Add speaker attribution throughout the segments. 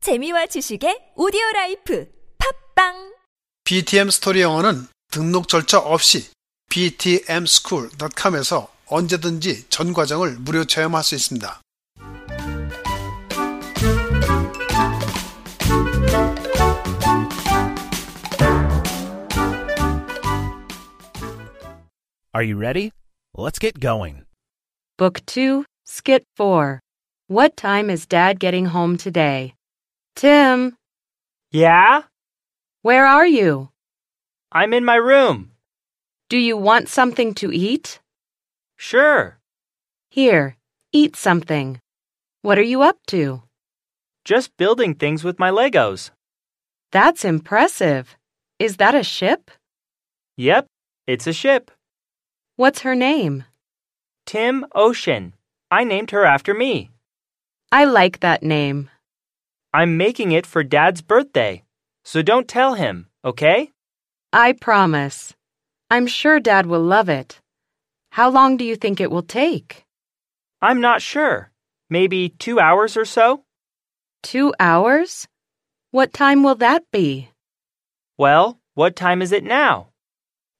Speaker 1: 재미와 지식의 오디오 라이프 팝빵
Speaker 2: BTM 스토리 영어는 등록 절차 없이 btmschool.com에서 언제든지 전 과정을 무료 체험할 수 있습니다.
Speaker 3: Are you ready? Let's get going.
Speaker 4: Book 2, Skit 4. What time is Dad getting home today? Tim,
Speaker 5: Yeah?
Speaker 4: where are you?
Speaker 5: I'm in my room.
Speaker 4: Do you want something to eat?
Speaker 5: Sure.
Speaker 4: Here, eat something. What are you up to?
Speaker 5: Just building things with my Legos.
Speaker 4: That's impressive. Is that a ship?
Speaker 5: Yep, it's a ship.
Speaker 4: What's her name?
Speaker 5: Tim Ocean. I named her after me.
Speaker 4: I like that name.
Speaker 5: I'm making it for Dad's birthday. So don't tell him, okay?
Speaker 4: I promise. I'm sure Dad will love it. How long do you think it will take?
Speaker 5: I'm not sure. Maybe two hours or so?
Speaker 4: Two hours? What time will that be?
Speaker 5: Well, what time is it now?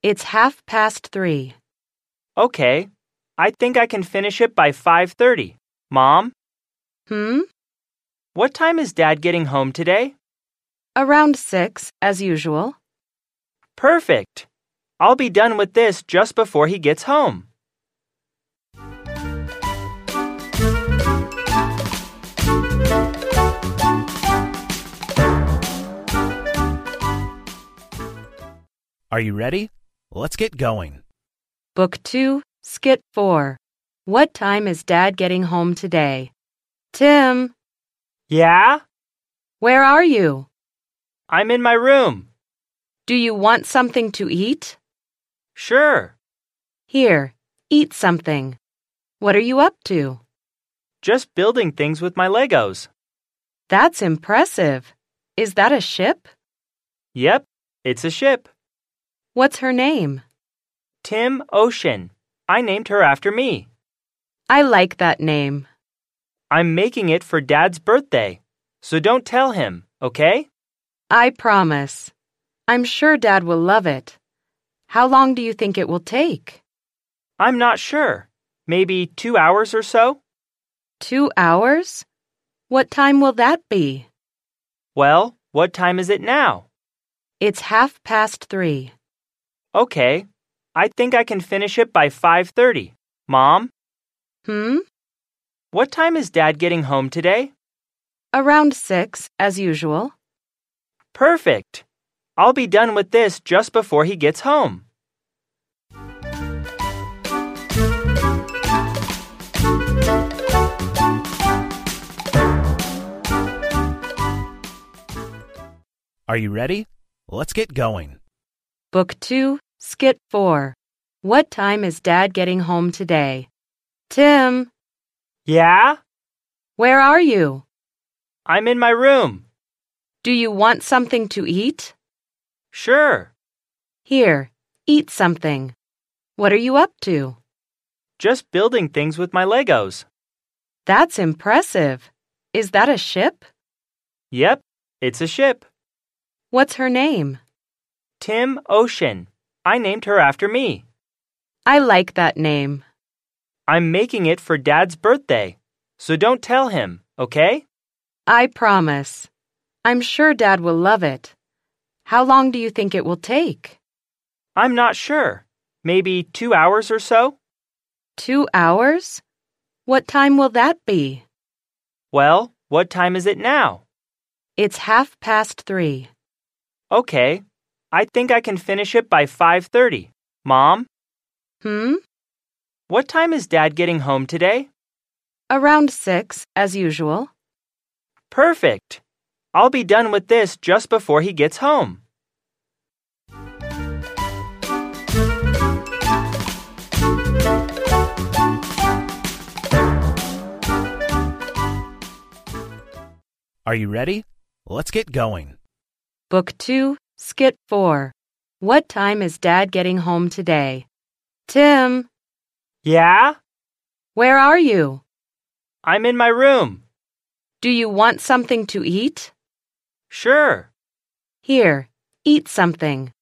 Speaker 4: It's half past three.
Speaker 5: Okay. I think I can finish it by 5:30. Mom,
Speaker 4: Hmm?
Speaker 5: what time is Dad getting home today?
Speaker 4: Around six, as usual.
Speaker 5: Perfect. I'll be done with this just before he gets home.
Speaker 3: Are you ready? Let's get going.
Speaker 4: Book 2, Skit 4. What time is Dad getting home today? Tim,
Speaker 5: Yeah?
Speaker 4: where are you?
Speaker 5: I'm in my room.
Speaker 4: Do you want something to eat?
Speaker 5: Sure.
Speaker 4: Here, eat something. What are you up to?
Speaker 5: Just building things with my Legos.
Speaker 4: That's impressive. Is that a ship?
Speaker 5: Yep, it's a ship.
Speaker 4: What's her name?
Speaker 5: Tim Ocean. I named her after me.
Speaker 4: I like that name.
Speaker 5: I'm making it for Dad's birthday. So don't tell him, okay?
Speaker 4: I promise. I'm sure Dad will love it. How long do you think it will take?
Speaker 5: I'm not sure. Maybe two hours or so?
Speaker 4: Two hours? What time will that be?
Speaker 5: Well, what time is it now?
Speaker 4: It's half past three.
Speaker 5: Okay. I think I can finish it by 5:30. Mom,
Speaker 4: Hmm?
Speaker 5: what time is Dad getting home today?
Speaker 4: Around six, as usual.
Speaker 5: Perfect. I'll be done with this just before he gets home.
Speaker 3: Are you ready? Let's get going.
Speaker 4: Book two, skit four. What time is Dad getting home today? Tim,
Speaker 5: Yeah?
Speaker 4: where are you?
Speaker 5: I'm in my room.
Speaker 4: Do you want something to eat?
Speaker 5: Sure.
Speaker 4: Here, eat something. What are you up to?
Speaker 5: Just building things with my Legos.
Speaker 4: That's impressive. Is that a ship?
Speaker 5: Yep, it's a ship.
Speaker 4: What's her name?
Speaker 5: Tim Ocean. I named her after me.
Speaker 4: I like that name.
Speaker 5: I'm making it for Dad's birthday. So don't tell him, okay?
Speaker 4: I promise. I'm sure Dad will love it. How long do you think it will take?
Speaker 5: I'm not sure. Maybe two hours or so?
Speaker 4: Two hours? What time will that be?
Speaker 5: Well, what time is it now?
Speaker 4: It's half past three.
Speaker 5: Okay. I think I can finish it by 5:30. Mom,
Speaker 4: Hmm?
Speaker 5: what time is Dad getting home today?
Speaker 4: Around six, as usual.
Speaker 5: Perfect. I'll be done with this just before he gets home.
Speaker 3: Are you ready? Let's get going.
Speaker 4: Book two, skit four. What time is Dad getting home today? Tim,
Speaker 5: Yeah?
Speaker 4: where are you?
Speaker 5: I'm in my room.
Speaker 4: Do you want something to eat?
Speaker 5: Sure.
Speaker 4: Here, eat something.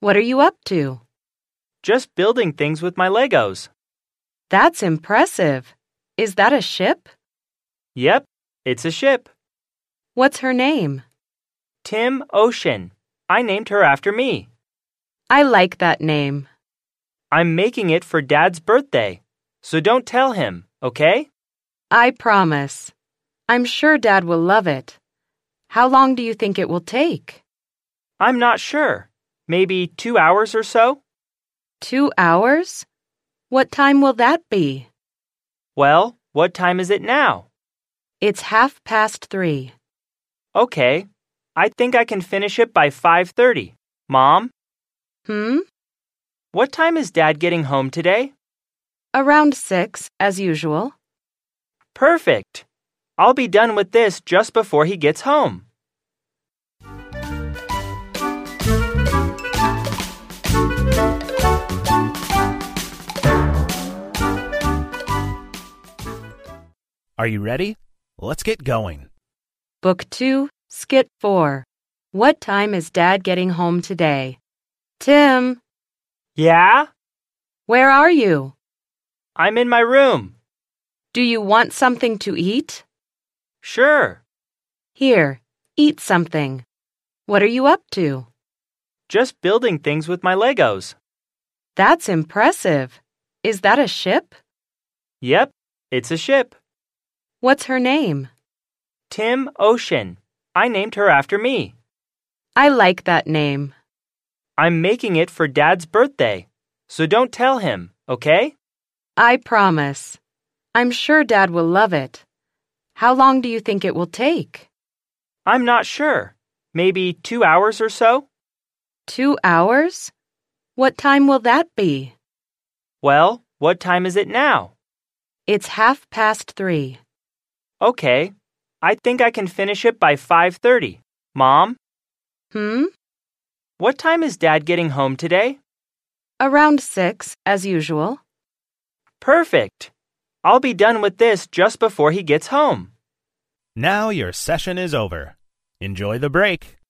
Speaker 4: What are you up to?
Speaker 5: Just building things with my Legos.
Speaker 4: That's impressive. Is that a ship?
Speaker 5: Yep, it's a ship.
Speaker 4: What's her name?
Speaker 5: Tim Ocean. I named her after me.
Speaker 4: I like that name.
Speaker 5: I'm making it for Dad's birthday. So don't tell him, okay?
Speaker 4: I promise. I'm sure Dad will love it. How long do you think it will take?
Speaker 5: I'm not sure. Maybe two hours or so?
Speaker 4: Two hours? What time will that be?
Speaker 5: Well, what time is it now?
Speaker 4: It's half past three.
Speaker 5: Okay. I think I can finish it by 5:30. Mom,
Speaker 4: Hmm?
Speaker 5: what time is Dad getting home today?
Speaker 4: Around six, as usual.
Speaker 5: Perfect. I'll be done with this just before he gets home.
Speaker 3: Are you ready? Let's get going.
Speaker 4: Book two, skit four. What time is Dad getting home today? Tim,
Speaker 5: Yeah?
Speaker 4: where are you?
Speaker 5: I'm in my room.
Speaker 4: Do you want something to eat?
Speaker 5: Sure.
Speaker 4: Here, eat something. What are you up to?
Speaker 5: Just building things with my Legos.
Speaker 4: That's impressive. Is that a ship?
Speaker 5: Yep, it's a ship.
Speaker 4: What's her name?
Speaker 5: Tim Ocean. I named her after me.
Speaker 4: I like that name.
Speaker 5: I'm making it for Dad's birthday. So don't tell him, okay?
Speaker 4: I promise. I'm sure Dad will love it. How long do you think it will take?
Speaker 5: I'm not sure. Maybe two hours or so?
Speaker 4: Two hours? What time will that be?
Speaker 5: Well, what time is it now?
Speaker 4: It's half past three.
Speaker 5: Okay. I think I can finish it by 5:30. Mom,
Speaker 4: Hmm?
Speaker 5: what time is Dad getting home today?
Speaker 4: Around six, as usual.
Speaker 5: Perfect. I'll be done with this just before he gets home.
Speaker 3: Now your session is over. Enjoy the break.